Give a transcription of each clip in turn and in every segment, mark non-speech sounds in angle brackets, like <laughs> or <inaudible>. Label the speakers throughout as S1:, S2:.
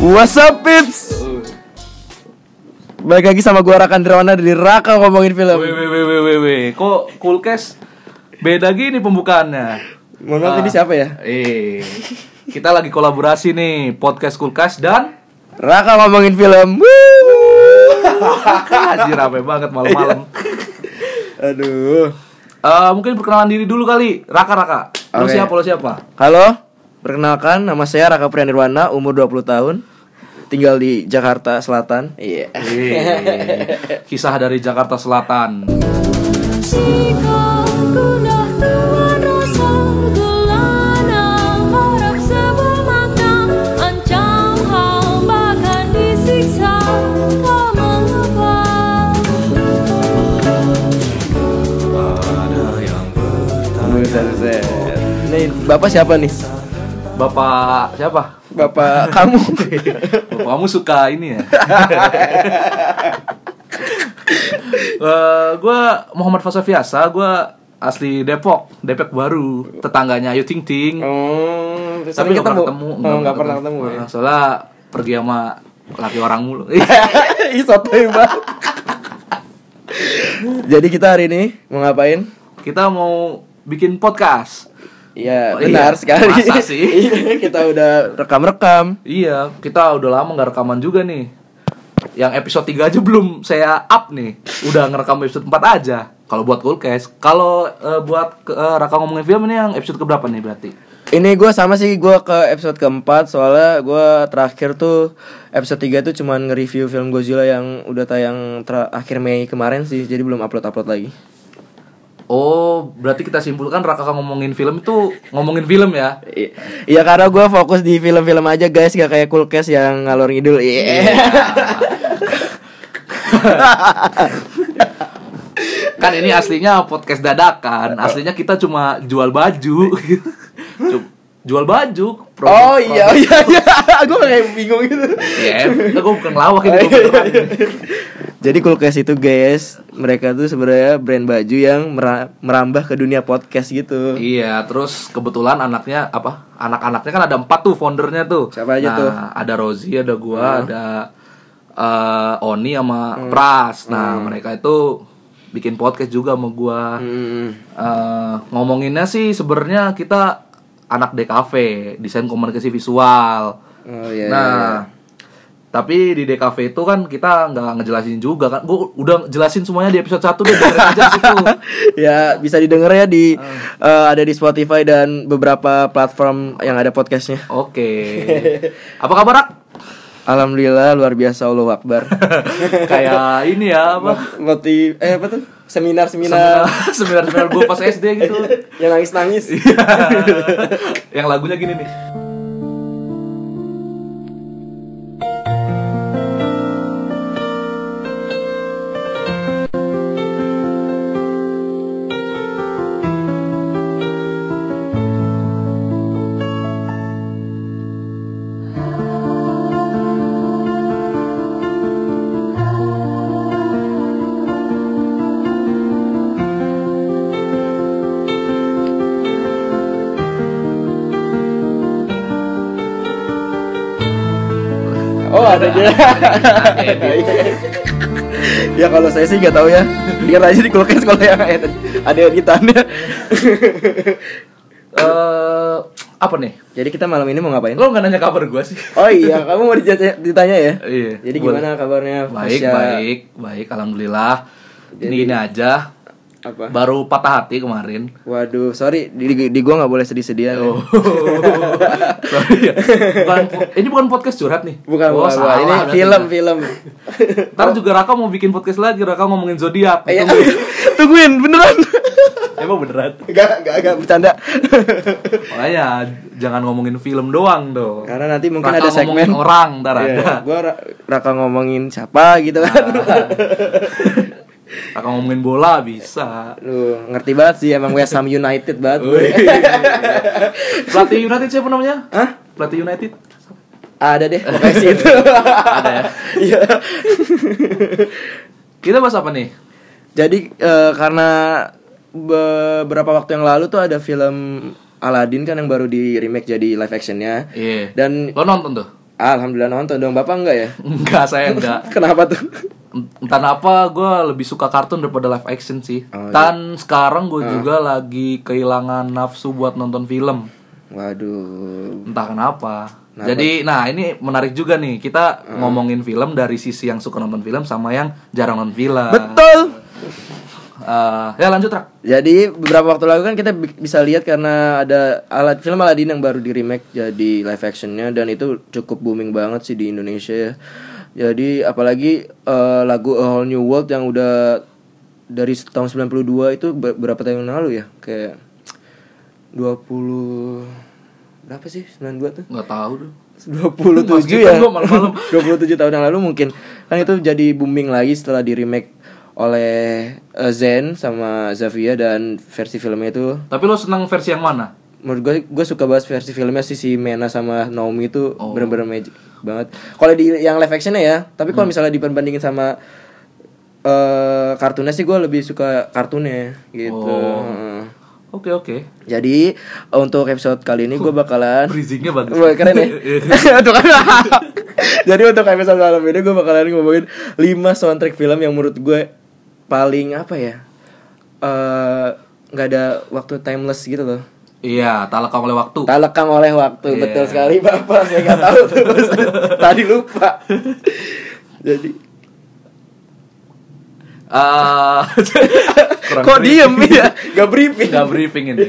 S1: What's up, Pips? Balik lagi sama gua Raka Andriawana dari Raka ngomongin film.
S2: Wih, wih, wih, wih, wih, wih. Kok Kulkes beda gini pembukaannya?
S1: Mohon maaf
S2: Ah.
S1: ini siapa ya?
S2: Eh, kita lagi kolaborasi nih podcast Kulkas dan
S1: Raka ngomongin film. Wuh.
S2: Anjir rame banget malam-malam.
S1: Iya. Aduh.
S2: Eh, mungkin perkenalan diri dulu kali, Raka Raka. Lu
S1: Oke.
S2: siapa? Lu siapa?
S1: Halo, perkenalkan nama saya Raka Prianirwana, umur 20 tahun. Tinggal di Jakarta Selatan. Iya. <laughs>
S2: Eh, Kisah dari Jakarta Selatan.
S3: Sikap gundah tuan rasa gelanang Harap sebuah mata ancam hal bahkan disiksa Tak mengapa
S1: Buset, buset. Nih, Bapak siapa nih?
S2: Bapak siapa?
S1: Bapak kamu. <laughs>
S2: Bapak kamu suka ini ya? Eh, gue Muhammad Fasafiasa, gue asli Depok, Depok baru, tetangganya Ayu Ting Ting.
S1: Oh,
S2: Tapi
S1: sering
S2: nggak pernah ketemu,
S1: ketemu. Oh, nggak pernah ketemu ya.
S2: Ah, Soalnya pergi sama laki orang mulu. <laughs>
S1: <laughs> Ih, sotoy banget. Jadi kita hari ini mau ngapain?
S2: Kita mau bikin podcast.
S1: Ya,
S2: Oh,
S1: benar
S2: iya.
S1: sekali.
S2: Masa sih?
S1: <laughs> Iya, kita udah rekam-rekam.
S2: Iya, kita udah lama nggak rekaman juga nih. Yang episode 3 aja belum saya up nih. Udah ngerekam episode 4 aja. Kalau buat Kulkes, kalau eh, buat ke- eh, Raka ngomongin film ini yang episode keberapa nih berarti?
S1: Ini gue sama sih gue ke episode keempat soalnya gue terakhir tuh episode 3 tuh cuman nge-review film Godzilla yang udah tayang tra- akhir Mei kemarin sih jadi belum upload upload lagi.
S2: Oh, berarti kita simpulkan Raka ngomongin film itu ngomongin film ya.
S1: I- Iya karena gue fokus di film-film aja guys gak kayak Kulkes yang ngalor ngidul. Iya.
S2: Kan ini aslinya podcast dadakan. Aslinya kita cuma jual <laughs> baju. Ju- jual baju. produk-
S1: Oh iya iya iya, <laughs> gue kayak bingung gitu.
S2: Ya, gue bukan ngelawak
S1: Iya,
S2: ini. gua beneran.
S1: Jadi Kulkes itu guys, mereka tuh sebenarnya brand baju yang mera- merambah ke dunia podcast gitu.
S2: Iya, terus kebetulan anaknya apa? Anak-anaknya kan ada empat tuh foundernya tuh.
S1: Siapa aja
S2: Nah,
S1: tuh? Hmm.
S2: Ada Rozi, ada gua, ada eh, Oni sama Pras. Nah, mereka itu bikin podcast juga sama gua.
S1: Hmm.
S2: Eh, ngomonginnya sih sebenarnya kita anak DKV, desain komunikasi visual.
S1: Oh iya.
S2: nah,
S1: iya,
S2: tapi di DKV itu kan kita nggak ngejelasin juga kan. Gua udah jelasin semuanya di episode 1 deh, dengerin aja
S1: <laughs>
S2: situ.
S1: iya. ya bisa didengar ya di eh, ada di Spotify dan beberapa platform yang ada podcastnya.
S2: Oke. Apa kabar, Rak?
S1: Alhamdulillah luar biasa Allah Akbar. <laughs>
S2: <laughs> kayak ini ya apa
S1: Motiv eh apa tuh? Seminar-seminar
S2: <laughs> seminar seminar gue pas SD
S1: <laughs>
S2: gitu Nah,
S1: yang <laughs> nangis-nangis.
S2: yang lagunya gini nih
S1: oh, ada dia. <laughs> ya kalau saya sih nggak tahu ya. Biar aja di kulkas kalau yang ya. ada ada
S2: <laughs>
S1: editannya.
S2: Eh, apa nih
S1: Jadi kita malam ini mau ngapain?
S2: lo nggak nanya kabar gue sih
S1: Oh iya, kamu mau ditanya, ditanya ya?
S2: Iya.
S1: Jadi gimana kabarnya?
S2: baik
S1: Fasya?
S2: baik baik alhamdulillah ini gini aja
S1: Apa?
S2: baru patah hati kemarin <laughs>
S1: Waduh, sorry di, di, di gua nggak boleh sedih-sedihan. ya.
S2: Oh. Sorry ya. Bukan- ini bukan podcast curhat nih
S1: Bukan,
S2: Oh,
S1: bukan, bukan.
S2: salah
S1: ini
S2: berarti.
S1: film,
S2: <laughs>
S1: film.
S2: ntar juga Raka mau bikin podcast lagi Raka ngomongin zodiak
S1: Eh, ya.
S2: Tunggu.
S1: <laughs> Tungguin, beneran.
S2: emang beneran
S1: Gak, gak, gak bercanda.
S2: Makanya ya, jangan ngomongin film doang dong.
S1: Karena nanti mungkin
S2: Raka
S1: ada segmen.
S2: ngomongin orang ntar
S1: Iya,
S2: ada.
S1: Gua ra- raka ngomongin siapa gitu kan.
S2: Kakak ngomongin bola bisa.
S1: Lu ngerti banget sih emang West Ham United banget. gue.
S2: Wih. Pelatih United siapa namanya?
S1: Hah?
S2: Pelatih United?
S1: Ada
S2: <laughs>
S1: deh pokoknya sih itu.
S2: Ada ya.
S1: Iya.
S2: Kita bahas apa nih?
S1: Jadi eh, karena beberapa waktu yang lalu tuh ada film Aladdin kan yang baru di remake jadi live actionnya.
S2: Iya.
S1: Dan
S2: Lo nonton tuh?
S1: alhamdulillah nonton dong bapak enggak ya?
S2: <laughs> Enggak, saya enggak.
S1: Kenapa tuh?
S2: Entah apa gue lebih suka kartun daripada live action sih.
S1: Oh, Ah.
S2: Dan sekarang gue juga lagi kehilangan nafsu buat nonton film.
S1: Waduh.
S2: Entah kenapa. Jadi, nah ini menarik juga nih. Kita
S1: Ah.
S2: ngomongin film dari sisi yang suka nonton film sama yang jarang nonton film.
S1: Betul.
S2: Eh, ya lanjut rak.
S1: Jadi beberapa waktu lalu kan kita bi- bisa lihat karena ada alat film Aladdin yang baru di remake jadi live actionnya dan itu cukup booming banget sih di Indonesia ya. Jadi apalagi eh, lagu A Whole New World yang udah dari tahun 92 itu ber- berapa tahun yang lalu ya? Kayak 20 berapa sih? 92 tuh.
S2: Nggak tahu tuh.
S1: 27
S2: Mas Gibran
S1: ya.
S2: gua
S1: <laughs>
S2: malam-malam.
S1: 27 tahun yang lalu mungkin. Kan itu jadi booming lagi setelah di remake oleh eh, Zen sama Zafia dan versi filmnya itu
S2: Tapi lo senang versi yang mana?
S1: menurut gue gue suka banget versi filmnya sih si Mena sama Naomi itu
S2: Oh.
S1: bener-bener magic banget. Kalau di yang live actionnya ya, tapi
S2: Hmm.
S1: kalau misalnya diperbandingin sama eh kartunnya sih gue lebih suka kartunnya gitu.
S2: Oh.
S1: Heeh.
S2: Oke oke.
S1: Jadi untuk episode kali ini gue bakalan
S2: Breathingnya bagus.
S1: Wah, keren ya. Aduh, kan. <laughs> Jadi untuk episode malam ini gue bakalan ngomongin 5 soundtrack film yang menurut gue paling apa ya? Eh nggak ada waktu timeless gitu loh.
S2: <laughs> Iya, tak lekang oleh waktu.
S1: Tak lekang oleh waktu,
S2: Iya.
S1: betul sekali Bapak. Saya nggak tahu tuh.
S2: <laughs>
S1: Tadi lupa. Jadi
S2: Eh, <laughs> kurang
S1: kok
S2: briefing.
S1: diem ya? Gak briefing.
S2: Nggak briefing ini.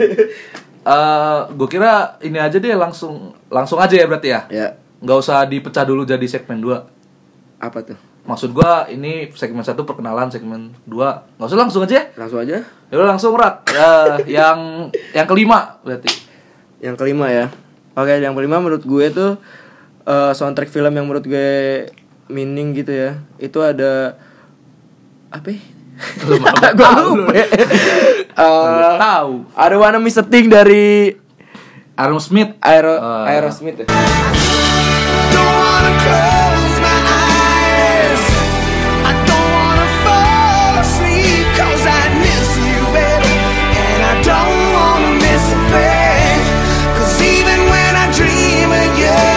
S2: Eh, gue kira ini aja deh langsung langsung aja ya berarti ya.
S1: Ya,
S2: Nggak usah dipecah dulu jadi segmen 2
S1: apa tuh?
S2: Maksud gua ini segmen satu perkenalan, segmen 2 Nggak usah langsung aja ya.
S1: Langsung aja.
S2: Ya udah langsung rak. Eh, yang yang kelima berarti.
S1: Yang kelima ya. Oke, yang kelima menurut gue tuh eh, soundtrack film yang menurut gue meaning gitu ya. Itu ada apa? ya? <laughs> gue lupa. ya. Eh,
S2: Tahu.
S1: I don't wanna miss a thing dari
S2: Aaron Smith.
S1: Aero
S2: Eh.
S1: Aerosmith. Ya.
S4: Don't wanna close my eyes. I don't wanna fall asleep 'cause I miss you, baby, and I don't wanna miss a thing. 'Cause even when I dream of you,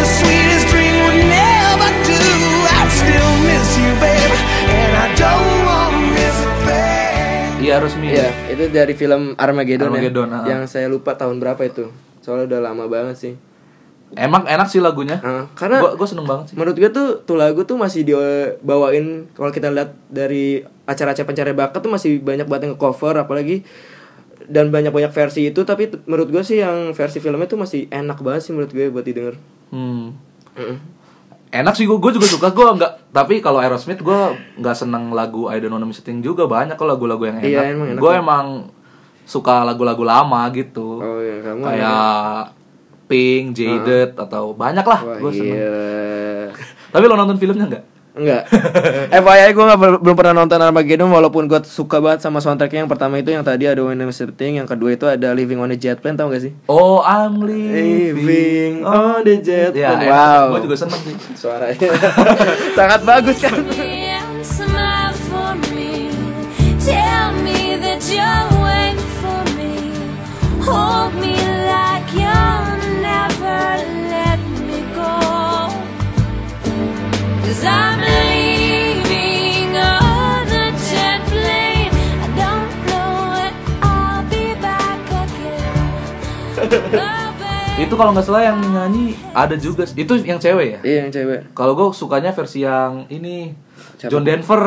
S4: the sweetest dream would never do. I still miss you, baby, and I don't wanna miss a thing.
S2: Iya Aaron Smith.
S1: itu dari film Armageddon,
S2: Armageddon,
S1: ya.
S2: ah.
S1: Yang saya lupa tahun berapa itu. Soalnya udah lama banget sih.
S2: Emang enak sih lagunya.
S1: Ah, karena
S2: Gua gua seneng banget sih.
S1: menurut gue tuh tuh lagu tuh masih dibawain kalau kita lihat dari acara-acara pencari bakat tuh masih banyak banget yang cover apalagi dan banyak-banyak versi itu tapi t- menurut gue sih yang versi filmnya tuh masih enak banget sih menurut gue buat didengar
S2: Hmm. Enak sih gue, juga suka gue nggak tapi kalau Aerosmith gue nggak seneng lagu I Don't Wanna Miss a Thing juga banyak kok lagu-lagu yang enak.
S1: Iya, emang enak
S2: gue
S1: ya.
S2: emang suka lagu-lagu lama gitu.
S1: Oh, iya, kamu
S2: kayak Pink, Jaded atau banyak lah
S1: wah
S2: gue seneng.
S1: iya
S2: Tapi lo nonton filmnya nggak?
S1: enggak <laughs> FYI gue nggak ber- belum pernah nonton Armageddon walaupun gue suka banget sama soundtracknya yang pertama itu yang tadi ada When I'm Sitting yang kedua itu ada Living on a Jet Plane tau gak sih
S2: Oh, I'm leaving.
S1: on the Jet
S2: Ya,
S1: Plane.
S2: gue juga seneng sih.
S1: suaranya sangat bagus kan
S3: and smile for me. Tell me that you're waiting for me. Hold me like you'll never let me go. Cause I'm leaving on the jet plane. I don't know when I'll be back again. But baby,
S2: Itu kalau nggak salah yang nyanyi ada juga. sih. Itu yang cewek ya?
S1: iya yang cewek
S2: Kalau gue sukanya versi yang ini
S1: Siapa?
S2: John Denver.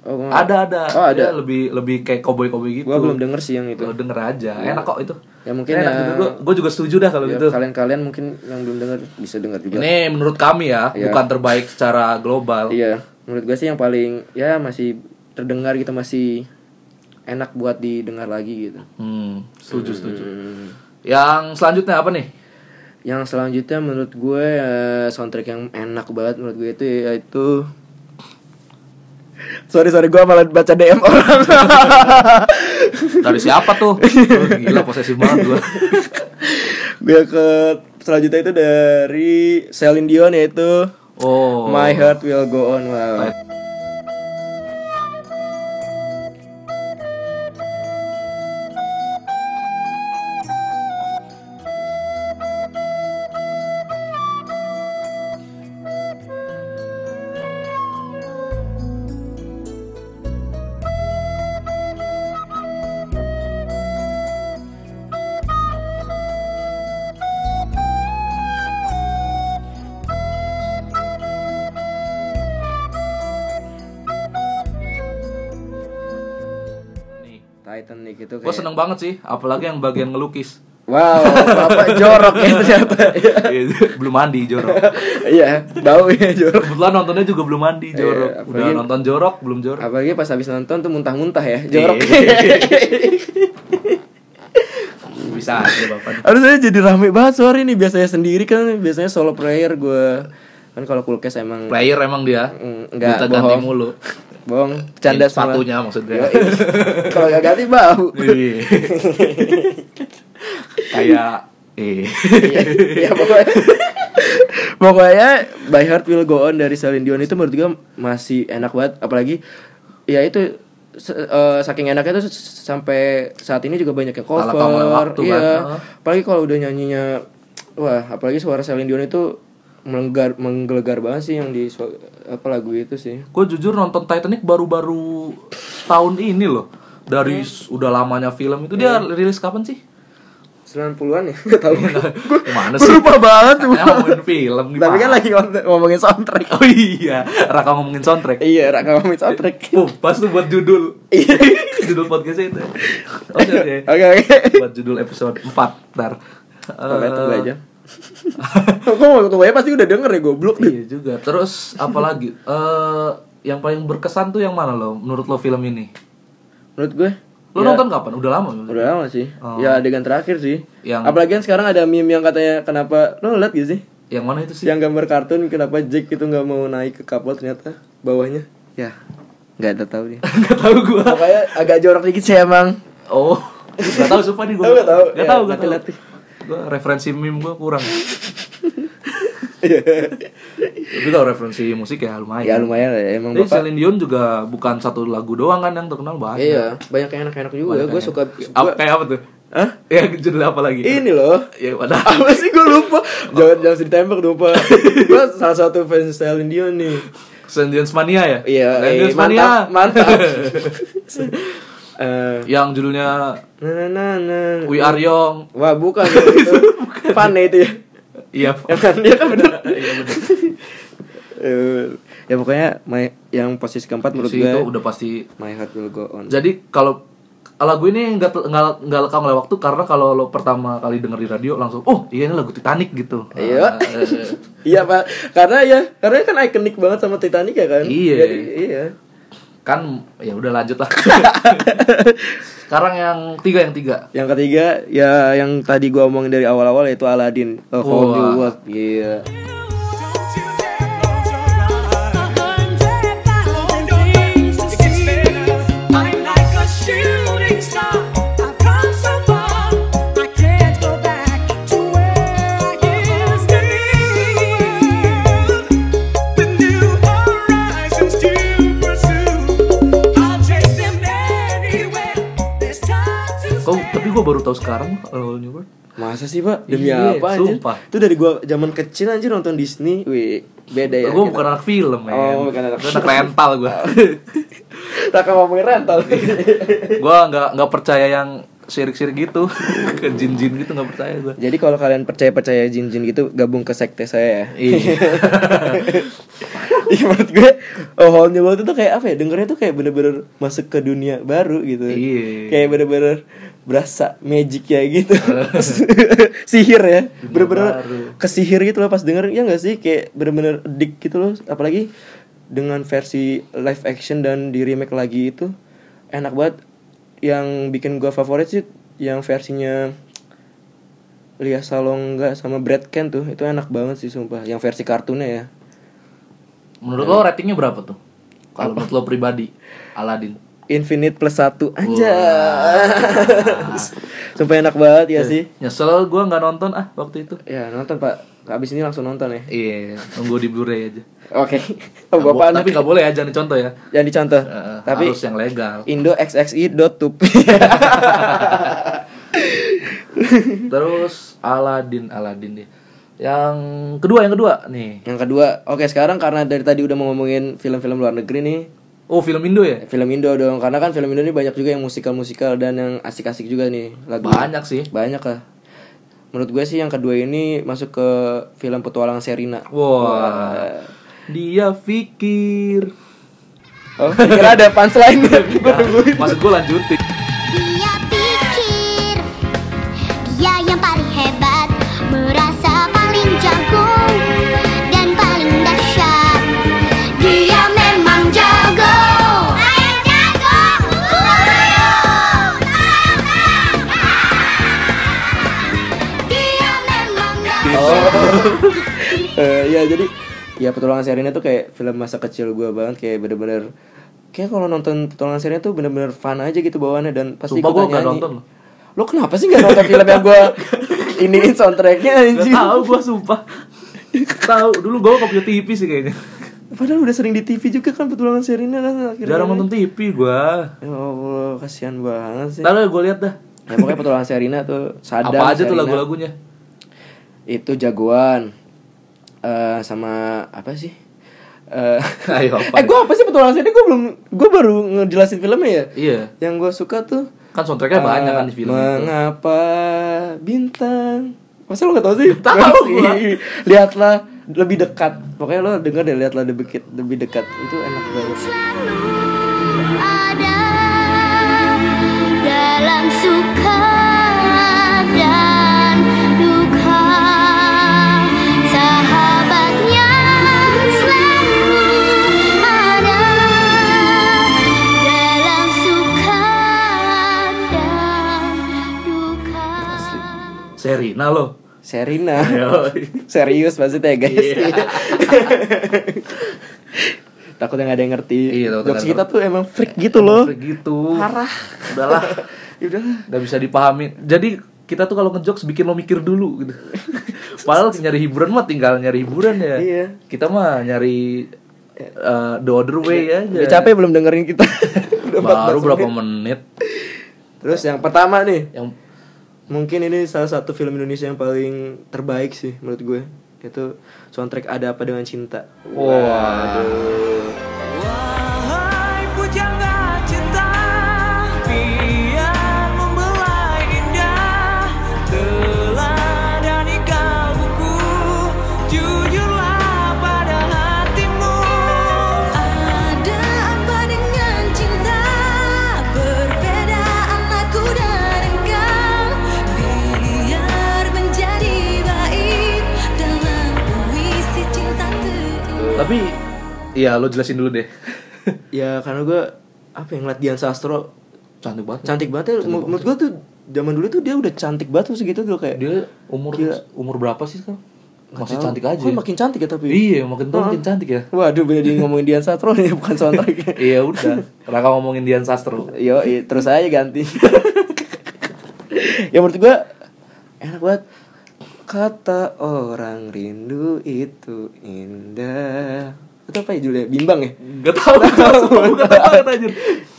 S1: Oh, gua nggak-
S2: ada ada.
S1: Oh, ada.
S2: Dia lebih lebih kayak cowboy-cowboy gitu.
S1: gua belum denger sih yang itu
S2: Lo denger aja. Enak kok itu.
S1: Ya, mungkin
S2: Enak
S1: ya-
S2: gitu. Gua- gua juga setuju dah kalau
S1: Ya,
S2: gitu.
S1: kalian-kalian mungkin yang belum denger bisa denger juga
S2: Ini menurut kami ya,
S1: Iya.
S2: bukan terbaik secara global.
S1: iya menurut gue sih yang paling ya masih terdengar gitu masih enak buat didengar lagi gitu
S2: Hmm, setuju setuju. Yang selanjutnya apa nih?
S1: yang selanjutnya menurut gue ya, soundtrack yang enak banget menurut gue itu yaitu <laughs> Sorry sorry gue malah baca DM orang. <laughs>
S2: Dari siapa tuh? Oh, gila posesif banget gua.
S1: Gue ke selanjutnya itu dari Celine Dion yaitu
S2: Oh.
S1: My Heart Will Go On. Wow. Titanic itu kayak
S2: Gue seneng banget sih, apalagi yang bagian ngelukis.
S1: Wow,
S2: <laughs>
S1: bapak jorok ya ternyata.
S2: Iya. belum mandi jorok.
S1: Iya, bau ya jorok.
S2: Kebetulan nontonnya juga belum mandi jorok.
S1: Iya,
S2: Udah
S1: apalagi-
S2: nonton jorok belum jorok.
S1: Apalagi pas habis nonton tuh muntah-muntah ya, jorok.
S2: Iya. Bisa aja bapak.
S1: <laughs> Harusnya jadi rame banget sore nih biasanya sendiri kan biasanya solo player gue kan kalau kulkas emang
S2: Player emang dia.
S1: Mm, enggak,
S2: Minta ganti
S1: bohong. <laughs>
S2: mulu.
S1: bohong canda
S2: Ini sepatunya maksudnya.
S1: <laughs> kalau gak ganti bau
S2: Iya. Kayak eh. <laughs>
S1: Iya, iya, pokoknya <laughs> pokoknya by heart will go on dari Celine Dion itu menurut gue masih enak banget apalagi ya itu se- eh, saking enaknya tuh s- s- sampai saat ini juga banyak yang cover
S2: Alat pengawal waktu
S1: iya
S2: kan, heeh.
S1: apalagi kalau udah nyanyinya wah apalagi suara Celine Dion itu melenggar menggelegar banget sih yang di su- apa lagu itu sih
S2: Gue jujur nonton Titanic baru-baru tahun ini loh.
S1: Iya.
S2: Dari s- udah lamanya film itu dia rilis kapan sih?
S1: 90-an ya gak tau
S2: Iya. Gimana sih?
S1: lupa banget
S2: Katanya ngomongin film
S1: tapi kan
S2: gimana?
S1: lagi ngom- ngomongin soundtrack
S2: Oh iya, Raka ngomongin soundtrack.
S1: iya Raka ngomongin soundtrack
S2: Oh, pas tuh buat judul. <laughs> judul podcastnya itu.
S1: Oh,
S2: Oke, oke.
S1: oke oke
S2: Buat judul episode 4 ntar.
S1: Pokoknya
S2: Eh,
S1: tunggu aja
S2: <laughs>
S1: <laughs> Kok mau tunggu aja pasti udah denger ya goblok deh
S2: Iya juga. Terus apalagi <laughs> eh yang paling berkesan tuh yang mana lo? Menurut lo film ini?
S1: Menurut gue
S2: Lo
S1: ya,
S2: nonton kapan? Udah lama.
S1: Udah lama sih
S2: Oh.
S1: Ya adegan terakhir sih
S2: Yang-
S1: Apalagi kan sekarang ada meme yang katanya Kenapa Lo liat gak sih?
S2: Yang mana itu sih? <laughs>
S1: Yang gambar kartun Kenapa Jack itu gak mau naik ke kapal ternyata Bawahnya Ya Gak ada tau dia
S2: Gak tau gue.
S1: <laughs> Pokoknya agak jorok dikit sih emang
S2: Oh, gak tau sumpah nih gue.
S1: Gak tau
S2: Gak
S1: Ya,
S2: tau, gak
S1: nanti
S2: tau.
S1: liat deh.
S2: Gue referensi meme gue
S1: <laughs>
S2: kurang. Tapi kalau referensi musik ya lumayan.
S1: Ya lumayan lah ya Emang
S2: Jadi
S1: bapak
S2: Celine Dion juga bukan satu lagu doang kan yang terkenal banyak.
S1: Iya Banyak yang enak-enak juga Gue suka
S2: Apa,
S1: gua-
S2: kayak apa tuh?
S1: Hah?
S2: Ya judul apa lagi?
S1: Ini loh <laughs>
S2: Ya padahal
S1: apa sih gue lupa jangan jangan ditembak lupa <laughs> gue salah satu fans Celine Dion nih
S2: Celine Dion's Mania ya?
S1: iya
S2: Celine
S1: eh,
S2: Dion's Mania.
S1: mantap mantap Eh,
S2: <laughs> Yang judulnya
S1: na na na na
S2: We Are Young.
S1: wah
S2: <laughs>
S1: bukan itu fun ya itu ya
S2: Iya.
S1: yang kan dia kan <laughs> bener Eh, ya pokoknya my- yang posisi keempat menurut
S2: Sih, itu
S1: gue
S2: udah pasti.
S1: my heart will go on
S2: Jadi kalau lagu ini nggak tel- nggak nggak lekang oleh waktu karena kalau lo pertama kali denger di radio langsung oh iya ini lagu Titanic gitu.
S1: <laughs> Iya.
S2: Eh, eh, eh.
S1: iya pak karena ya karena kan ikonik banget sama Titanic ya kan
S2: Iya.
S1: Jadi, iya
S2: kan ya udah lanjut
S1: <laughs>
S2: lah. Sekarang yang tiga yang tiga.
S1: Yang ketiga ya yang tadi gua omongin dari awal-awal yaitu Aladdin. Oh, Whole New
S2: Wah.
S1: World. Iya.
S2: Kau tapi gue baru tahu sekarang Hello New World.
S1: Masa sih, Pak? Demi
S2: Iya,
S1: apa anjir?
S2: sumpah.
S1: Itu dari gua zaman kecil anjir nonton Disney. Wih, beda ya.
S2: gue bukan anak film ya.
S1: Oh, bukan anak Oh.
S2: anak rental gue.
S1: <laughs> Tak ngomongin rental. <laughs>
S2: gue nggak nggak percaya yang sirik-sirik gitu <laughs> ke jin-jin gitu nggak percaya gue.
S1: Jadi kalau kalian percaya-percaya jin-jin gitu gabung ke sekte saya ya.
S2: Iya.
S1: <laughs> Iya menurut gue oh, Whole New World itu kayak apa ya Dengernya tuh kayak bener-bener masuk ke dunia baru gitu
S2: Iya.
S1: Kayak bener-bener berasa magic ya
S2: <laughs>
S1: gitu <laughs> Sihir ya Bener-bener
S2: baru.
S1: kesihir gitu loh pas denger Ya gak sih kayak bener-bener dik gitu loh Apalagi dengan versi live action dan di remake lagi itu Enak banget Yang bikin gue favorit sih yang versinya Lia Salongga sama Brad Kent tuh Itu enak banget sih sumpah Yang versi kartunnya ya
S2: Menurut lo ratingnya berapa tuh? Kalau menurut lo pribadi, Aladin.
S1: Infinite plus satu aja. <laughs>
S2: Wah. Iya.
S1: Sumpah enak banget ya sih.
S2: Nyesel gue nggak nonton ah waktu itu.
S1: Ya nonton pak. Abis ini langsung nonton ya.
S2: Iya, nunggu di Blu-ray aja.
S1: Oke.
S2: Nggak
S1: Oh,
S2: bo-
S1: <laughs> bapak
S2: tapi nggak boleh ya, jangan contoh ya.
S1: Jangan dicontoh.
S2: Eh,
S1: Tapi
S2: harus yang legal.
S1: Indo XXI dot tup. <laughs>
S2: Terus Aladin, Aladin deh. Yang kedua, yang kedua nih.
S1: Yang kedua, oke sekarang karena dari tadi udah mau ngomongin film-film luar negeri nih,
S2: Oh, film Indo ya?
S1: film Indo dong. Karena kan film Indo ini banyak juga yang musikal-musikal dan yang asik-asik juga nih lagu.
S2: Banyak sih.
S1: Banyak lah. Menurut gue sih yang kedua ini masuk ke film petualangan Serina.
S2: Wah. Dia
S1: <laughs>
S2: pikir.
S1: Oh, kira ada punchline
S2: <laughs>
S1: Gue nungguin.
S2: Maksud gue lanjutin.
S5: Dia pikir dia yang paling hebat, merasa paling jago dan paling dahsyat. Dia memang jago. Saya jago. Dia memang jago.
S1: <laughs> Eh, ya jadi ya petualangan Serina tuh kayak film masa kecil gue banget kayak bener-bener kayak kalau nonton petualangan Serina tuh bener-bener fun aja gitu bawaannya dan pasti
S2: Sumpah,
S1: ikutan
S2: gua nggak
S1: nyanyi.
S2: nonton.
S1: Lo kenapa sih gak nonton film yang
S2: <laughs>
S1: gue iniin soundtracknya
S2: Gak
S1: anjing?
S2: tau gue sumpah tahu dulu gue gak punya TV sih kayaknya
S1: Padahal udah sering di TV juga kan petualangan Serina kan akhirnya.
S2: Jarang nonton TV gue
S1: Ya Allah, kasihan banget sih.
S2: Ntar gue lihat dah
S1: Ya pokoknya petualangan Serina tuh sadar.
S2: Apa aja tuh lagu-lagunya
S1: Itu jagoan. Eh sama apa sih? Eh
S2: <laughs> Ayo, apa?
S1: Eh,
S2: ya?
S1: gua apa sih petualangan Serina? Gua belum gua baru ngejelasin filmnya ya.
S2: Iya
S1: Yang gua suka tuh
S2: Kan soundtracknya banyak kan di
S1: eh,
S2: film itu
S1: Mengapa bintang? Masa lo gak tau sih?
S2: Tahu
S1: Gak
S2: gua.
S1: sih. <laughs> Lihatlah lebih dekat. Pokoknya lo denger deh lihatlah lebih dekat, lebih dekat. Itu enak banget.
S5: Selalu ada dalam suka dan duka sahabatnya selalu ada dalam suka dan duka.
S2: Serina loh
S1: Serina.
S2: Yoi.
S1: <laughs> Serius maksudnya ya guys.
S2: Iya.
S1: <laughs> Takutnya nggak ada yang ngerti.
S2: Iya, takutnya
S1: Jokes
S2: nggak
S1: kita tuh emang freak gitu loh.
S2: Gitu
S1: Parah. <laughs>
S2: Udahlah
S1: Ya udah.
S2: Gak bisa dipahami Jadi kita tuh kalau ngejokes bikin lo mikir dulu
S1: <laughs>
S2: gitu Padahal nyari hiburan mah tinggal nyari hiburan ya
S1: Iya.
S2: Kita mah nyari eh, the other way aja
S1: Iya. Udah capek belum dengerin kita. <laughs> Udah 14
S2: Baru berapa
S1: menit.
S2: menit
S1: Terus yang pertama nih,
S2: Yang
S1: mungkin ini salah satu film Indonesia yang paling terbaik sih menurut gue. Itu soundtrack Ada Apa Dengan Cinta.
S2: Waduh
S4: Wahai pujangga cinta, biar membelai indah, teladani kalbuku, jujurlah pada hatimu.
S3: Ada apa dengan cinta berbeda anakku dan engkau Biar menjadi baik dalam puisi cinta terindah
S2: Tapi Iya lo jelasin dulu deh
S1: Ya karena gue apa yang ngeliat Dian Sastro
S2: <laughs> Cantik banget
S1: cantik banget ya. Menur- menurut gue tuh zaman dulu tuh dia udah cantik banget tuh segitu tuh kayak
S2: Dia umur
S1: Gila.
S2: umur berapa sih sekarang?
S1: Nggak
S2: Masih
S1: tahu.
S2: cantik aja
S1: Kok
S2: ya?
S1: makin cantik ya tapi
S2: Iya makin tua
S1: Heeh.
S2: makin cantik ya <laughs>
S1: Waduh beda di ngomongin Dian Sastro nih <laughs> bukan soundtrack
S2: Iya udah Raka ngomongin Dian Sastro
S1: Yo i- terus aja ganti <laughs> Ya menurut gua enak banget Kata orang rindu itu indah Itu apa ya judulnya? Bimbang ya?
S2: Gak
S1: <laughs>
S2: tau <laughs> Gak tau banget anjir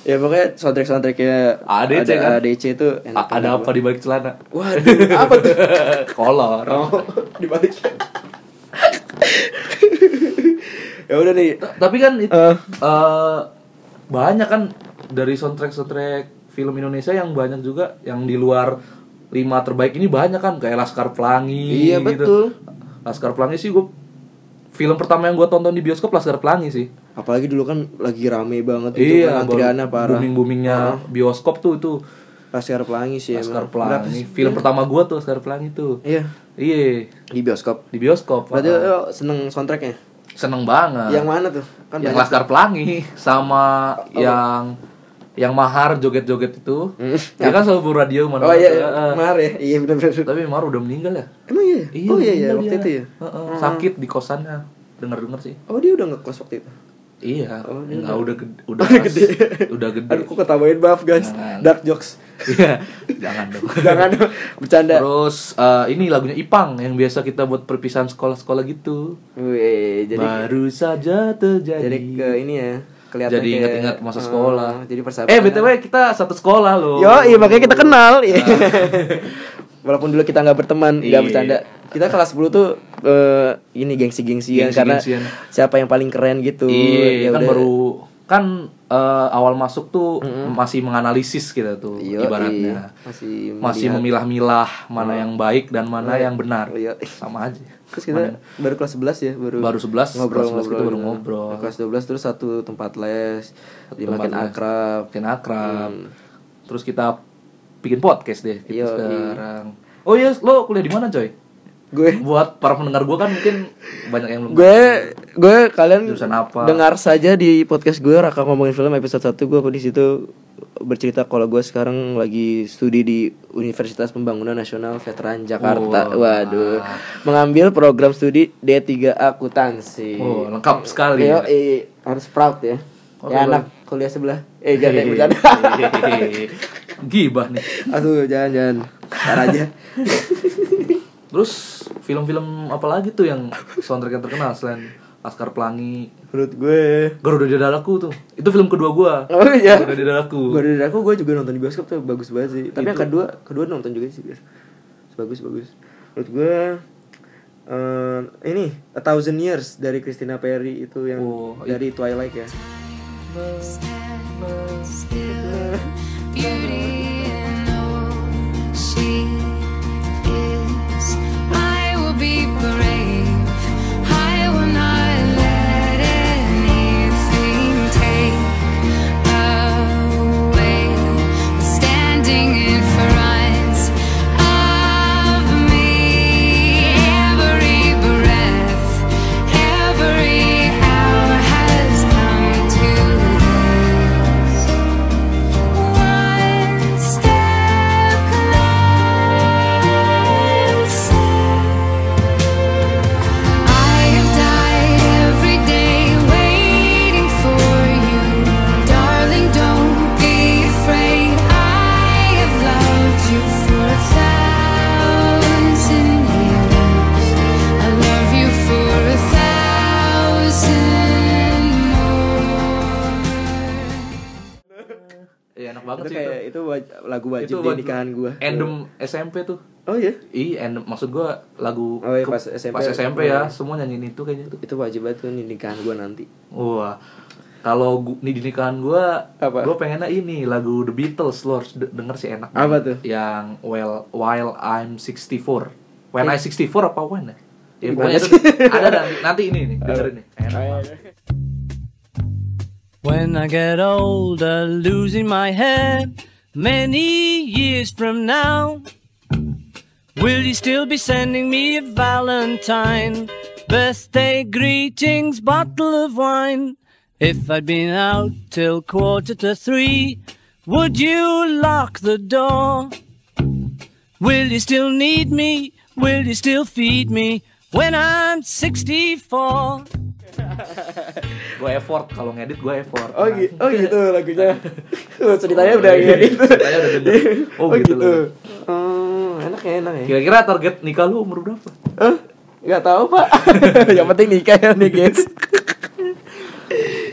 S1: Ya pokoknya soundtrack-soundtracknya
S2: ADC
S1: ada
S2: kan?
S1: ADC tuh enak
S2: A- Ada apa di balik celana?
S1: Waduh <laughs> apa tuh?
S2: <laughs>
S1: Oh,
S2: Kolor
S1: <laughs> Dibalik Ya udah nih
S2: Ta- Tapi kan itu
S1: Eh.
S2: eh, Banyak kan Dari soundtrack-soundtrack film Indonesia yang banyak juga Yang di luar lima terbaik ini banyak kan Kayak Laskar Pelangi
S1: Iya,
S2: gitu.
S1: betul.
S2: Laskar Pelangi sih gue Film pertama yang gue tonton di bioskop Laskar Pelangi sih
S1: Apalagi dulu kan lagi rame banget itu
S2: Iya,
S1: kan antriannya parah. Ah.
S2: booming boomingnya bioskop tuh itu
S1: Laskar Pelangi sih
S2: Laskar
S1: emang. Berapa
S2: Pelangi.
S1: sih?
S2: Film pertama gua tuh Laskar Pelangi tuh.
S1: Iya,
S2: Iya,
S1: di bioskop.
S2: di bioskop.
S1: Berarti
S2: ah.
S1: lo seneng soundtracknya?
S2: seneng banget.
S1: Yang mana tuh? Kan
S2: Ah. yang
S1: banyak.
S2: Laskar Pelangi sama yang yang Mahar joget-joget itu. Dia kan selalu bawa radio mana.
S1: Hmm. Oh iya,
S2: Eh,
S1: iya.
S2: eh.
S1: Mahar ya? Iya benar-benar.
S2: Tapi Mahar udah meninggal ya?
S1: Emang iya? ya? oh iya iya
S2: meninggal
S1: waktu
S2: dia.
S1: itu ya.
S2: Eh, eh. Sakit di kosannya. Dengar-dengar sih.
S1: Oh dia udah ngekos waktu itu.
S2: Iya,
S1: Oh, dia
S2: enggak
S1: udah-
S2: udah gede, udah,
S1: <laughs> Udah gede.
S2: udah gede. Nah.
S1: Aduh, kok ketawain maaf guys.
S2: Jangan.
S1: Dark
S2: <laughs>
S1: jokes.
S2: Iya, jangan dong.
S1: Jangan bercanda.
S2: Terus eh, ini lagunya Ipang yang biasa kita buat perpisahan sekolah-sekolah gitu.
S1: Wih, jadi
S2: Baru saja terjadi.
S1: jadi ke ini ya. Kelihatan
S2: Jadi
S1: kayak-
S2: ingat-ingat masa
S1: Oh,
S2: sekolah. Oh.
S1: jadi persahabatan.
S2: eh, BTW kita satu sekolah loh.
S1: Yo, iya makanya kita kenal. Iya. <laughs> Walaupun dulu kita nggak berteman, nggak
S2: Nah. Iya.
S1: bercanda. Kita kelas 10 tuh eh, ini gengsi-gengsian karena
S2: Gengsi-gengsian.
S1: siapa yang paling keren gitu.
S2: Iya,
S1: Ya
S2: kan
S1: udah.
S2: baru kan eh, awal masuk tuh masih menganalisis kita tuh
S1: Iya, iya.
S2: ibaratnya.
S1: Masih melihat.
S2: masih
S1: Ah.
S2: memilah-milah mana yang baik dan mana yang benar.
S1: Iya.
S2: Sama aja.
S1: Terus kita
S2: Mana-
S1: baru kelas 11 ya, baru
S2: Baru 11,
S1: ngobrol,
S2: kelas 11 kita
S1: ngobrol
S2: baru
S1: gitu.
S2: ngobrol.
S1: Kelas 12 terus satu tempat les, jadi
S2: tempat
S1: makin
S2: les.
S1: akrab. Hmm.
S2: makin akrab. Terus kita bikin podcast deh kita
S1: Iya, iya.
S2: sekarang. Oh iya, lo kuliah di mana,
S1: <laughs>
S2: coy?
S1: Gue
S2: Buat para pendengar gua kan mungkin banyak yang belum
S1: gue gue kalian
S2: Jurusan apa?
S1: dengar saja di podcast gue Raka ngomongin film episode 1 gue di situ bercerita kalau gue sekarang lagi studi di Universitas Pembangunan Nasional Veteran Jakarta.
S2: Wah.
S1: Waduh. Mengambil program studi D3 akuntansi.
S2: Oh, lengkap sekali. Oh, iya.
S1: Yo, eh, harus proud ya.
S2: Oke,
S1: ya
S2: Bang.
S1: anak kuliah sebelah. Eh,
S2: Iya,
S1: jangan <laughs> eh, bercanda.
S2: Hehehe. <laughs> Gibah nih.
S1: Aduh, jangan jangan. Ntar aja.
S2: Terus film-film apa lagi tuh yang soundtrack yang terkenal selain Laskar Pelangi,
S1: Menurut gue.
S2: Garuda di Dadaku tuh. Itu film kedua gua.
S1: Oh iya.
S2: Garuda ya. di Dadaku.
S1: Gue dari aku gue juga nonton di bioskop tuh bagus banget sih. Tapi yang kedua kedua nonton juga sih. Bagus bagus. Menurut gue eh, ini A Thousand Years dari Christina Perry itu yang
S2: Oh, iya.
S1: dari Twilight ya.
S3: Beauty and all she is. I will be brave. I will not let anything take away. Standing in front of me, every breath, every hour has come to this. One step closer. I have died every day waiting for you, darling. Don't be afraid. I have loved you for a thousand years. I love you for a thousand more.
S2: Iya, enak banget
S1: Itu
S2: sih
S1: kayak itu waj- lagu wajib
S2: buat
S1: di nikahan gue.
S2: Endem SMP tuh.
S1: Oh iya.
S2: Ih, endem maksud gua lagu
S1: Oh iya,
S2: ke-
S1: pas SMP.
S2: pas SMP
S1: Iya.
S2: ya, semua nyanyiin itu kayaknya tuh.
S1: Itu wajib banget tuh di nikahan gue nanti.
S2: Wah. Kalau gu- nih di nikahan gua,
S1: Apa?
S2: gua pengennya ini lagu The Beatles lo harus de- denger sih enak.
S1: Apa tuh?
S2: Yang Well While I'm 64. When
S1: Eh.
S2: I 64 apa when ya? Ya,
S1: Gimana
S2: pokoknya itu ada nanti, nanti ini nih dengerin nih. Enak. banget.
S6: When I get older, losing my head, many years from now, will you still be sending me a Valentine? Birthday greetings, bottle of wine. If I'd been out till quarter to three, would you lock the door? Will you still need me? Will you still feed me when I'm 64?
S2: <laughs> Gua effort kalau ngedit gua effort.
S1: Oh,
S2: Nah,
S1: gi- oh gitu <laughs> lagunya. Tuh, ceritanya udah
S2: iya.
S1: gitu.
S2: Ceritanya udah
S1: <laughs>
S2: bener. Oh, gitu
S1: Oh, enak ya enak ya.
S2: Kira-kira target nikah lu umur berapa?
S1: Eh, Gak tahu pak. <laughs> yang penting nikah ya nih guys.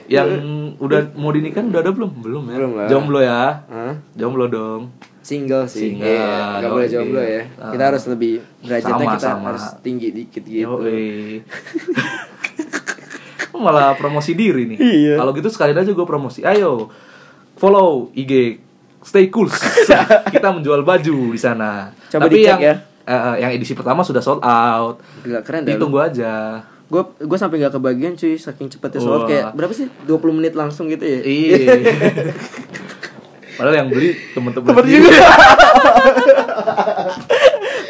S2: Yang udah mau dinikahin udah ada belum? Belum ya.
S1: Eh. Belum lah.
S2: Jomblo ya.
S1: Hah?
S2: Jomblo dong.
S1: Single sih.
S2: Single,
S1: Iya, nggak
S2: dong,
S1: boleh jomblo
S2: iya.
S1: ya. Kita
S2: Ah.
S1: harus lebih derajatnya
S2: Sama,
S1: kita
S2: sama.
S1: harus tinggi dikit gitu.
S2: Yoi. <laughs> Malah promosi diri nih.
S1: Iya.
S2: Kalau gitu sekalian aja gue promosi. Ayo follow IG Stay
S1: <laughs>
S2: Cool. Kita menjual baju di sana.
S1: Coba
S2: Tapi
S1: dicek
S2: yang
S1: ya.
S2: eh, eh, yang edisi pertama sudah sold out.
S1: Gila keren dah.
S2: Ditunggu aja.
S1: Gue gue sampai nggak kebagian cuy saking cepetnya soal
S2: Wah.
S1: kayak berapa sih 20 menit langsung gitu ya.
S2: Iya. <laughs> Padahal yang beli temen-temen
S1: Temen
S2: sendiri.
S1: juga.
S2: <laughs>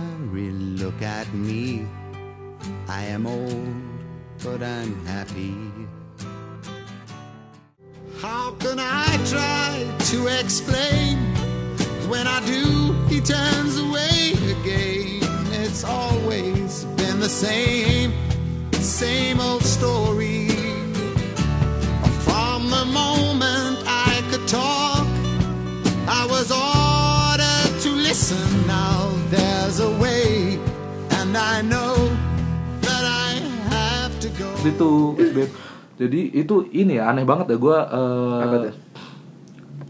S7: Look at me, I am old, but I'm happy. How can I try to explain? When I do, he turns away again. It's always been the same, same old story. From the moment I could talk, I was ordered to listen. Now there's a way, and I know that I have to go.
S2: Waktu itu SBM. Jadi itu ini ya aneh banget ya gua eh,
S1: Apa tuh?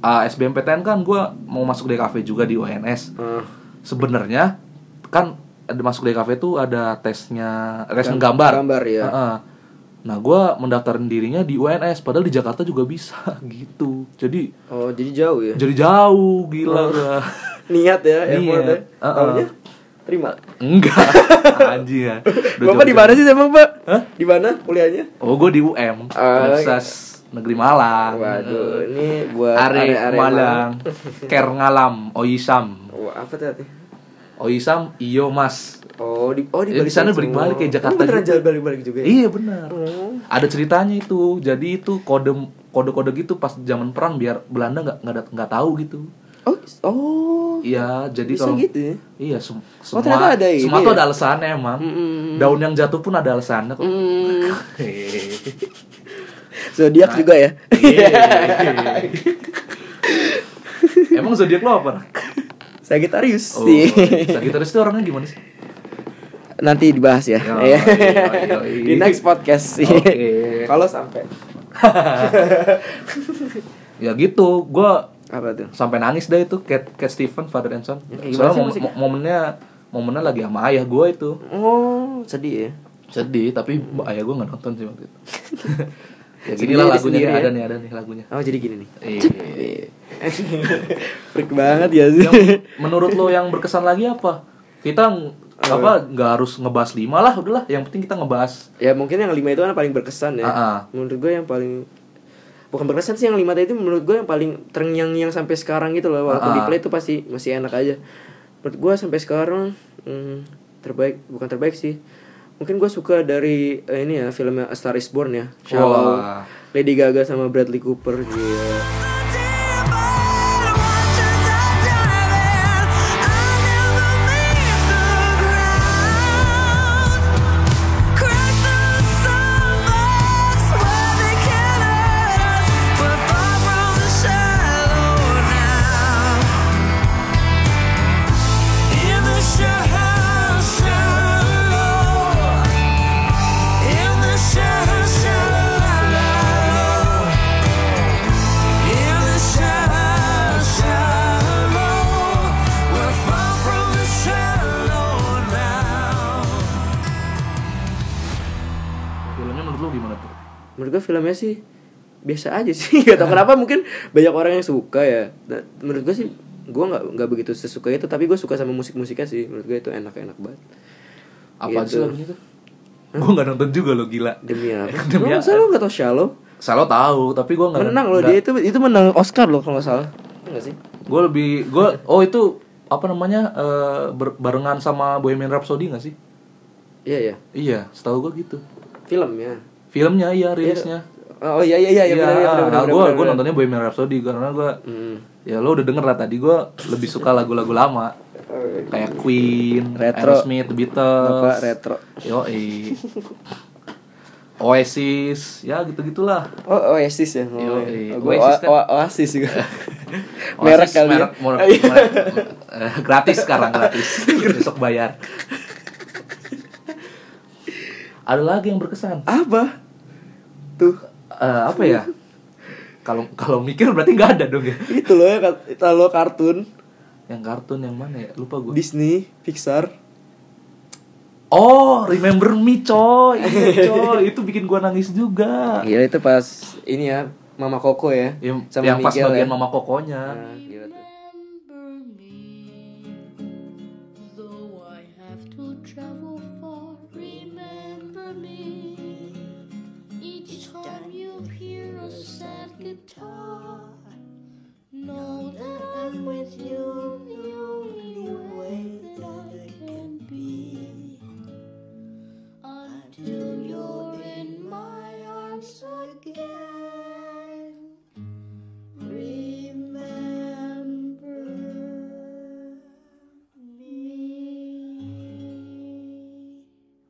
S2: ah, SBMPTN kan gua mau masuk DKV juga di UNS.
S1: Ah.
S2: Sebenarnya kan ada masuk DKV tuh ada tesnya tes
S1: Gam-
S2: menggambar.
S1: gambar, ya.
S2: Heeh. Nah, gua mendaftarin dirinya di UNS padahal di Jakarta juga bisa <laughs> gitu. Jadi
S1: Oh, jadi jauh ya.
S2: jadi jauh
S1: Oh.
S2: gila gua.
S1: <laughs> Niat ya,
S2: Niat. Uh-uh.
S1: effort ya.
S2: Heeh.
S1: Taunya terima.
S2: <laughs> Enggak. Anjing
S1: <laughs>
S2: ya. Udah
S1: Bapak di
S2: jauh-jauh.
S1: mana sih emang, Pak?
S2: Hah?
S1: Di mana kuliahnya?
S2: Oh, gue di UM,
S1: Ah,
S2: Universitas Negeri Malang.
S1: Waduh, ini buat
S2: Are
S1: are-are
S2: Malang, Ker Ngalam, Oisam,
S1: Wah, apa tadi?
S2: Oisam, Iyo Mas.
S1: Oh, di oh di
S2: Ya, di sana balik-balik kayak Jakarta
S1: Bener
S2: juga.
S1: balik-balik juga. ya?
S2: Iya benar. Ada ceritanya itu. Jadi itu kode kode-kode gitu pas zaman perang biar Belanda nggak nggak dat- nggak tahu gitu.
S1: Oh, oh.
S2: Iya, jadi
S1: Bisa
S2: kalau
S1: gitu ya?
S2: Iya, sem- semua
S1: ternyata ada ini
S2: semua tuh
S1: ya?
S2: ada alasannya emang. Daun yang jatuh pun ada alasannya kok.
S1: Hmm.
S2: Nah,
S1: Zodiak juga ya.
S2: iya. emang zodiak lo apa?
S1: <laughs> Sagittarius
S2: Oh,
S1: sih.
S2: Sagittarius itu orangnya gimana sih?
S1: Nanti dibahas ya.
S2: Yoi,
S1: Iya.
S2: yoi, yoi.
S1: Di next podcast sih.
S2: Oke.
S1: Kalau sampai
S2: Ya gitu, gua
S1: apa tuh?
S2: sampai nangis deh itu Cat Cat Stephen Father and Son.
S1: gimana
S2: Soalnya
S1: sih
S2: mom-
S1: musiknya?
S2: mo- momennya momennya lagi sama ayah gua itu.
S1: Oh, sedih ya.
S2: Sedih, tapi ayah gua nggak nonton sih waktu itu. <laughs> ya
S1: Sedihnya
S2: gini lah
S1: dia
S2: lagunya
S1: sendiri
S2: nih,
S1: ya?
S2: ada nih ada nih lagunya.
S1: Oh, jadi gini nih.
S2: Iya.
S1: <laughs> Freak banget ya sih.
S2: Yang menurut lo yang berkesan lagi apa? Kita ng- apa nggak harus ngebahas lima lah udahlah yang penting kita ngebahas
S1: ya mungkin yang lima itu kan paling berkesan ya.
S2: Ah, ah.
S1: Menurut gue yang paling bukan berkesan sih yang lima tadi itu menurut gue yang paling terngiang yang sampai sekarang gitu loh walaupun
S2: Ah, ah.
S1: di play itu pasti masih enak aja. Menurut gue sampai sekarang hmm, terbaik bukan terbaik sih. Mungkin gue suka dari eh, ini ya filmnya A Star Is Born ya. Shallow.
S2: Wah.
S1: Lady Gaga sama Bradley Cooper Gila.
S2: filmnya menurut lo gimana tuh?
S1: menurut gue filmnya sih biasa aja sih <laughs> gak tau kenapa mungkin banyak orang yang suka ya Nah, menurut gue sih gue nggak nggak begitu sesuka itu tapi gue suka sama musik musiknya sih menurut gue itu enak enak banget
S2: Apa
S1: Gitu.
S2: sih lagunya Iya tuh? Gua nggak nonton juga lo gila. <laughs>
S1: demi apa
S2: Demi
S1: lo
S2: apa?
S1: masa lo nggak tau Shallow
S2: Salah tahu tapi gua nggak
S1: menang loh
S2: nggak-
S1: dia itu itu menang Oscar loh kalau nggak salah Iya nggak sih
S2: Gue lebih gue oh itu apa namanya eh, ber- barengan sama Bohemian Rhapsody nggak sih?
S1: iya iya
S2: Iya, setahu gue gitu.
S1: filmnya
S2: Filmnya iya rilisnya.
S1: oh iya iya iya iya benar, iya, benar, benar,
S2: gue
S1: benar,
S2: gue
S1: benar.
S2: ah, nontonnya Bohemian Rhapsody karena gue
S1: Hmm.
S2: ya lo udah denger lah tadi gue lebih suka lagu-lagu lama kayak Queen,
S1: Retro.
S2: Aerosmith, The Beatles.
S1: Bapak retro
S2: Yo, eh. Oasis, ya gitu-gitulah.
S1: Oh, Oasis ya. ngomongnya.
S2: Yoi.
S1: Oh, gua Oasis,
S2: Oasis kan?
S1: Oasis
S2: <laughs>
S1: juga. merek
S2: Oasis,
S1: kali ya.
S2: merek, merek- merek- eh, gratis sekarang
S1: <laughs>
S2: gratis. Besok bayar. Ada lagi yang berkesan.
S1: Apa? Tuh,
S2: Eh, apa ya? Kalau kalau mikir berarti nggak ada dong ya.
S1: <laughs> itu loh ya kat- itu loh kartun
S2: Yang kartun yang mana ya? Lupa gue.
S1: Disney, Pixar.
S2: Oh, Remember Me
S1: <laughs>
S2: coy. Iya, coy. Itu bikin gua nangis juga.
S1: Gila itu pas ini ya Mama Koko ya.
S2: Yang, Iya, yang pas
S1: Miguel ya.
S2: bagian mama kokonya.
S1: Nah, gila tuh.
S5: Remember me, though I have to travel far. Remember me, each time you hear a sad guitar. Know that I'm with you in the only way that I can be. Until you're in my arms again. Remember me.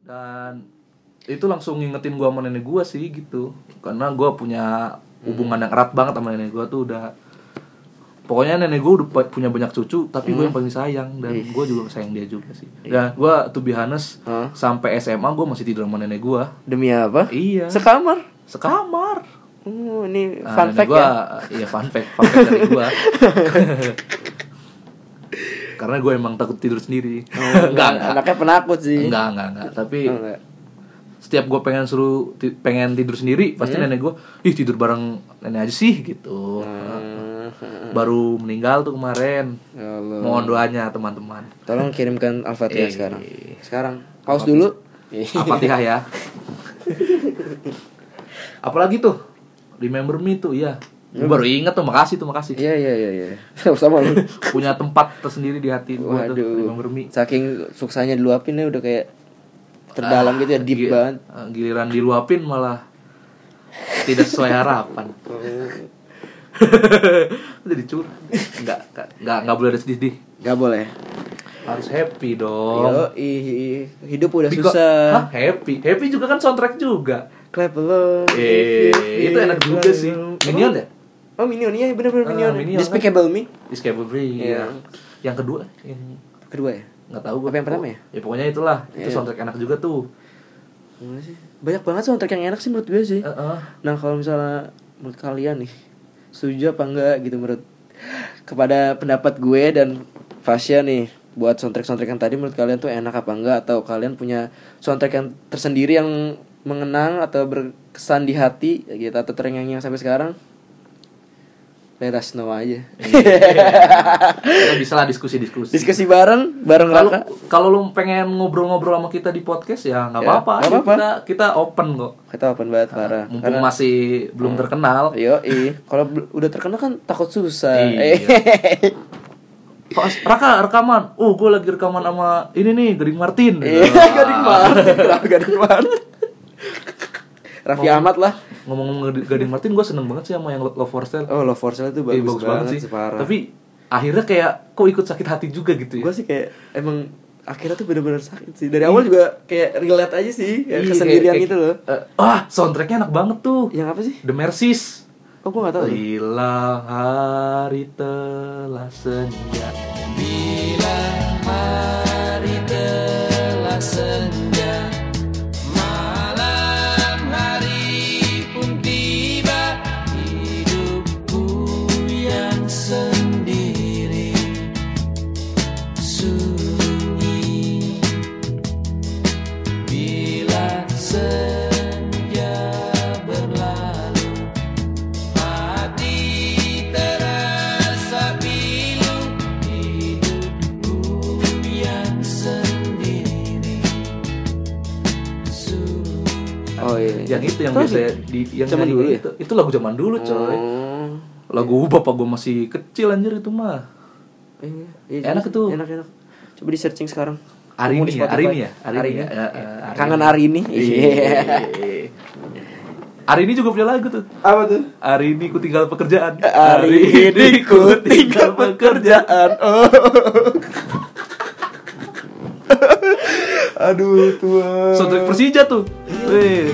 S2: Dan itu langsung ngingetin gua sama nenek gua sih gitu. Karena gua punya
S1: Hmm.
S2: hubungan yang erat banget sama nenek gua tuh udah Pokoknya nenek gua udah pa- punya banyak cucu, tapi
S1: Hmm.
S2: gua yang paling sayang dan gua juga sayang dia juga sih. Dan gua to be honest,
S1: Hah?
S2: sampai SMA gua masih tidur sama nenek gua.
S1: Demi apa?
S2: Iya.
S1: Sekamar.
S2: Sekamar.
S1: Oh, ini
S2: Nah,
S1: fun
S2: nenek
S1: fact
S2: gua,
S1: ya.
S2: Iya fun fact, fun fact dari
S1: <laughs>
S2: gua. Karena gue emang takut tidur sendiri. <laughs> enggak, enggak.
S1: Anaknya penakut sih.
S2: <laughs> Enggak, enggak, enggak. Tapi
S1: Oh, enggak.
S2: setiap gue pengen suruh ti- pengen tidur sendiri, pasti
S1: Hmm.
S2: nenek gue, "Ih, tidur bareng nenek aja sih." gitu.
S1: Hmm.
S2: Baru meninggal tuh kemarin.
S1: Ya Allah.
S2: Mohon doanya
S1: <laughs>
S2: teman-teman.
S1: Tolong kirimkan Al-Fatihah
S2: Eh.
S1: sekarang. Sekarang.
S2: ya.
S1: Pause dulu.
S2: Al-Fatihah ya. Apalagi tuh? Remember me tuh, iya. Gua baru inget tuh, makasih tuh,
S1: <laughs>
S2: makasih.
S1: Hmm. Iya, iya, iya, iya. <laughs> Sama lu.
S2: punya tempat tersendiri di hati gue tuh
S1: Waduh.
S2: Bang Bermi
S1: Saking suksanya diluapin ya udah kayak terdalam
S2: Ah,
S1: gitu ya, deep
S2: Gi-
S1: banget.
S2: eh, giliran diluapin malah tidak sesuai harapan jadi curhat nggak nggak- nggak nggak boleh ada sedih
S1: Gak boleh.
S2: harus happy dong
S1: Yo, ih, ih. hidup udah
S2: Because- Hah,
S1: Iya, susah.
S2: happy happy juga kan soundtrack juga
S1: Clap along.
S2: eh
S1: if you
S2: itu enak
S1: feel
S2: juga
S1: alone.
S2: sih minion ya
S1: Oh Minion iya bener-bener
S2: Ah,
S1: Minion.
S2: Minion,
S1: Despicable Me
S2: Escape Free
S1: Iya.
S2: yang kedua yang
S1: kedua ya.
S2: nggak tahu gua.
S1: Apa yang pertama ya?
S2: ya pokoknya itulah itu
S1: Iya.
S2: soundtrack enak juga tuh
S1: Gimana sih? Banyak banget soundtrack yang enak sih menurut gue sih.
S2: Eh, eh.
S1: Nah kalau misalnya menurut kalian nih setuju apa enggak gitu menurut kepada pendapat gue dan Fasya nih buat soundtrack soundtrack yang tadi menurut kalian tuh enak apa enggak atau kalian punya soundtrack yang tersendiri yang mengenang atau berkesan di hati gitu atau terngiang-ngiang sampai sekarang let us know
S2: <laughs>
S1: aja
S2: Kita bisa lah diskusi-diskusi
S1: diskusi bareng bareng
S2: kalau
S1: Raka
S2: kalau lu pengen ngobrol-ngobrol sama kita di podcast ya nggak
S1: Ya,
S2: apa-apa
S1: nggak apa-apa.
S2: kita kita open kok
S1: kita open banget parah
S2: Ah, mumpung
S1: Karena- Hmm.
S2: masih belum terkenal
S1: Yo, kalau bel- udah terkenal kan takut susah. Eh,
S2: Iya.
S1: <laughs>
S2: Pas, raka rekaman oh gue lagi rekaman sama ini nih Gading Martin Nah,
S1: Iya, <laughs>
S2: Wah.
S1: gading Martin, kenapa <laughs> gading Martin? Raffi Ahmad lah.
S2: ngomong-ngomong Gading- Gading Martin gue seneng banget sih sama yang Love for Sale
S1: Oh, Love for Sale itu
S2: Eh,
S1: bagus, banget, sih. Parah.
S2: tapi akhirnya kayak kok ikut sakit hati juga gitu ya
S1: gue sih kayak emang akhirnya tuh bener-bener sakit sih. Dari awal juga kayak relate aja sih, kayak
S2: Iya,
S1: kesendirian
S2: kayak-
S1: gitu loh.
S2: eh, ah soundtracknya enak banget tuh
S1: Yang apa sih?
S2: The Mercies
S1: Oh, gue gak tau.
S2: iya.
S1: tuh.
S2: Bila hari telah senja Bila hari telah senja Malam hari pun tiba Hidupku yang sendiri Sunyi Bila senja berlalu Hati terasa pilu Hidupku yang sendiri
S1: Oh iya.
S2: Yang itu yang
S1: Tau
S2: biasa
S1: sih.
S2: ya, di, yang
S1: Zaman
S2: nyanyi
S1: dulu ya?
S2: itu, itu lagu zaman dulu coy
S1: Oh.
S2: Lagu bapak gue masih kecil anjir itu mah
S1: Iya, iya,
S2: Enak
S1: jelas.
S2: itu.
S1: Enak enak. Coba di searching sekarang.
S2: Hari
S1: Kamu di
S2: ini ya,
S1: Spotify.
S2: hari ini ya, hari
S1: Hari
S2: ini
S1: ini.
S2: ya, eh, eh, hari
S1: Kangen
S2: ini.
S1: hari ini. <laughs> Iya.
S2: Hari ini juga punya lagu tuh
S1: Apa tuh?
S2: Hari ini ku tinggal pekerjaan
S1: Hari ini ku tinggal pekerjaan. Oh. Aduh tua.
S2: Soundtrack Persija tuh Wih.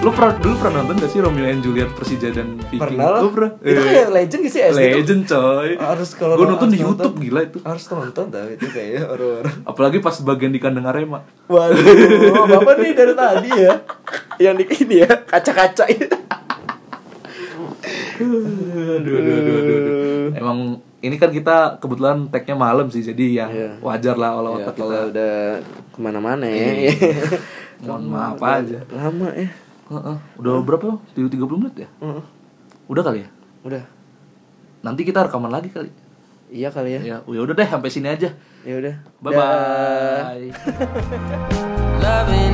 S2: Lu pernah dulu pernah nonton gak sih Romeo and Juliet Persija dan Viking?
S8: Pernah lah.
S2: Lu pernah?
S8: Itu
S2: Eh,
S8: kayak legend gak sih SD tuh?
S2: Legend coy.
S8: Harus kalau
S2: Gua nonton di
S8: harus
S2: YouTube gila itu.
S8: Harus nonton tau itu kayaknya orang-orang.
S2: Apalagi pas bagian di kandang Arema.
S8: <laughs> Waduh, Bapak nih dari tadi ya. Yang di ini ya, kaca-kaca itu.
S2: Aduh, aduh, aduh, aduh, aduh. Emang ini kan kita kebetulan tag-nya malam sih, jadi ya
S1: Iya.
S2: wajar lah olah
S1: Ya,
S2: otak kita.
S1: kalau udah kemana-mana
S8: Iya.
S1: ya.
S2: Mohon maaf aja.
S1: <laughs> Lama ya.
S2: Heeh. Udah berapa lo? 30 menit ya? Udah kali ya?
S1: Udah.
S2: Nanti kita rekaman lagi kali.
S1: Iya kali ya.
S2: Ya, ya udah deh sampai sini aja.
S1: Ya udah.
S2: Bye bye.
S6: Loving Oh,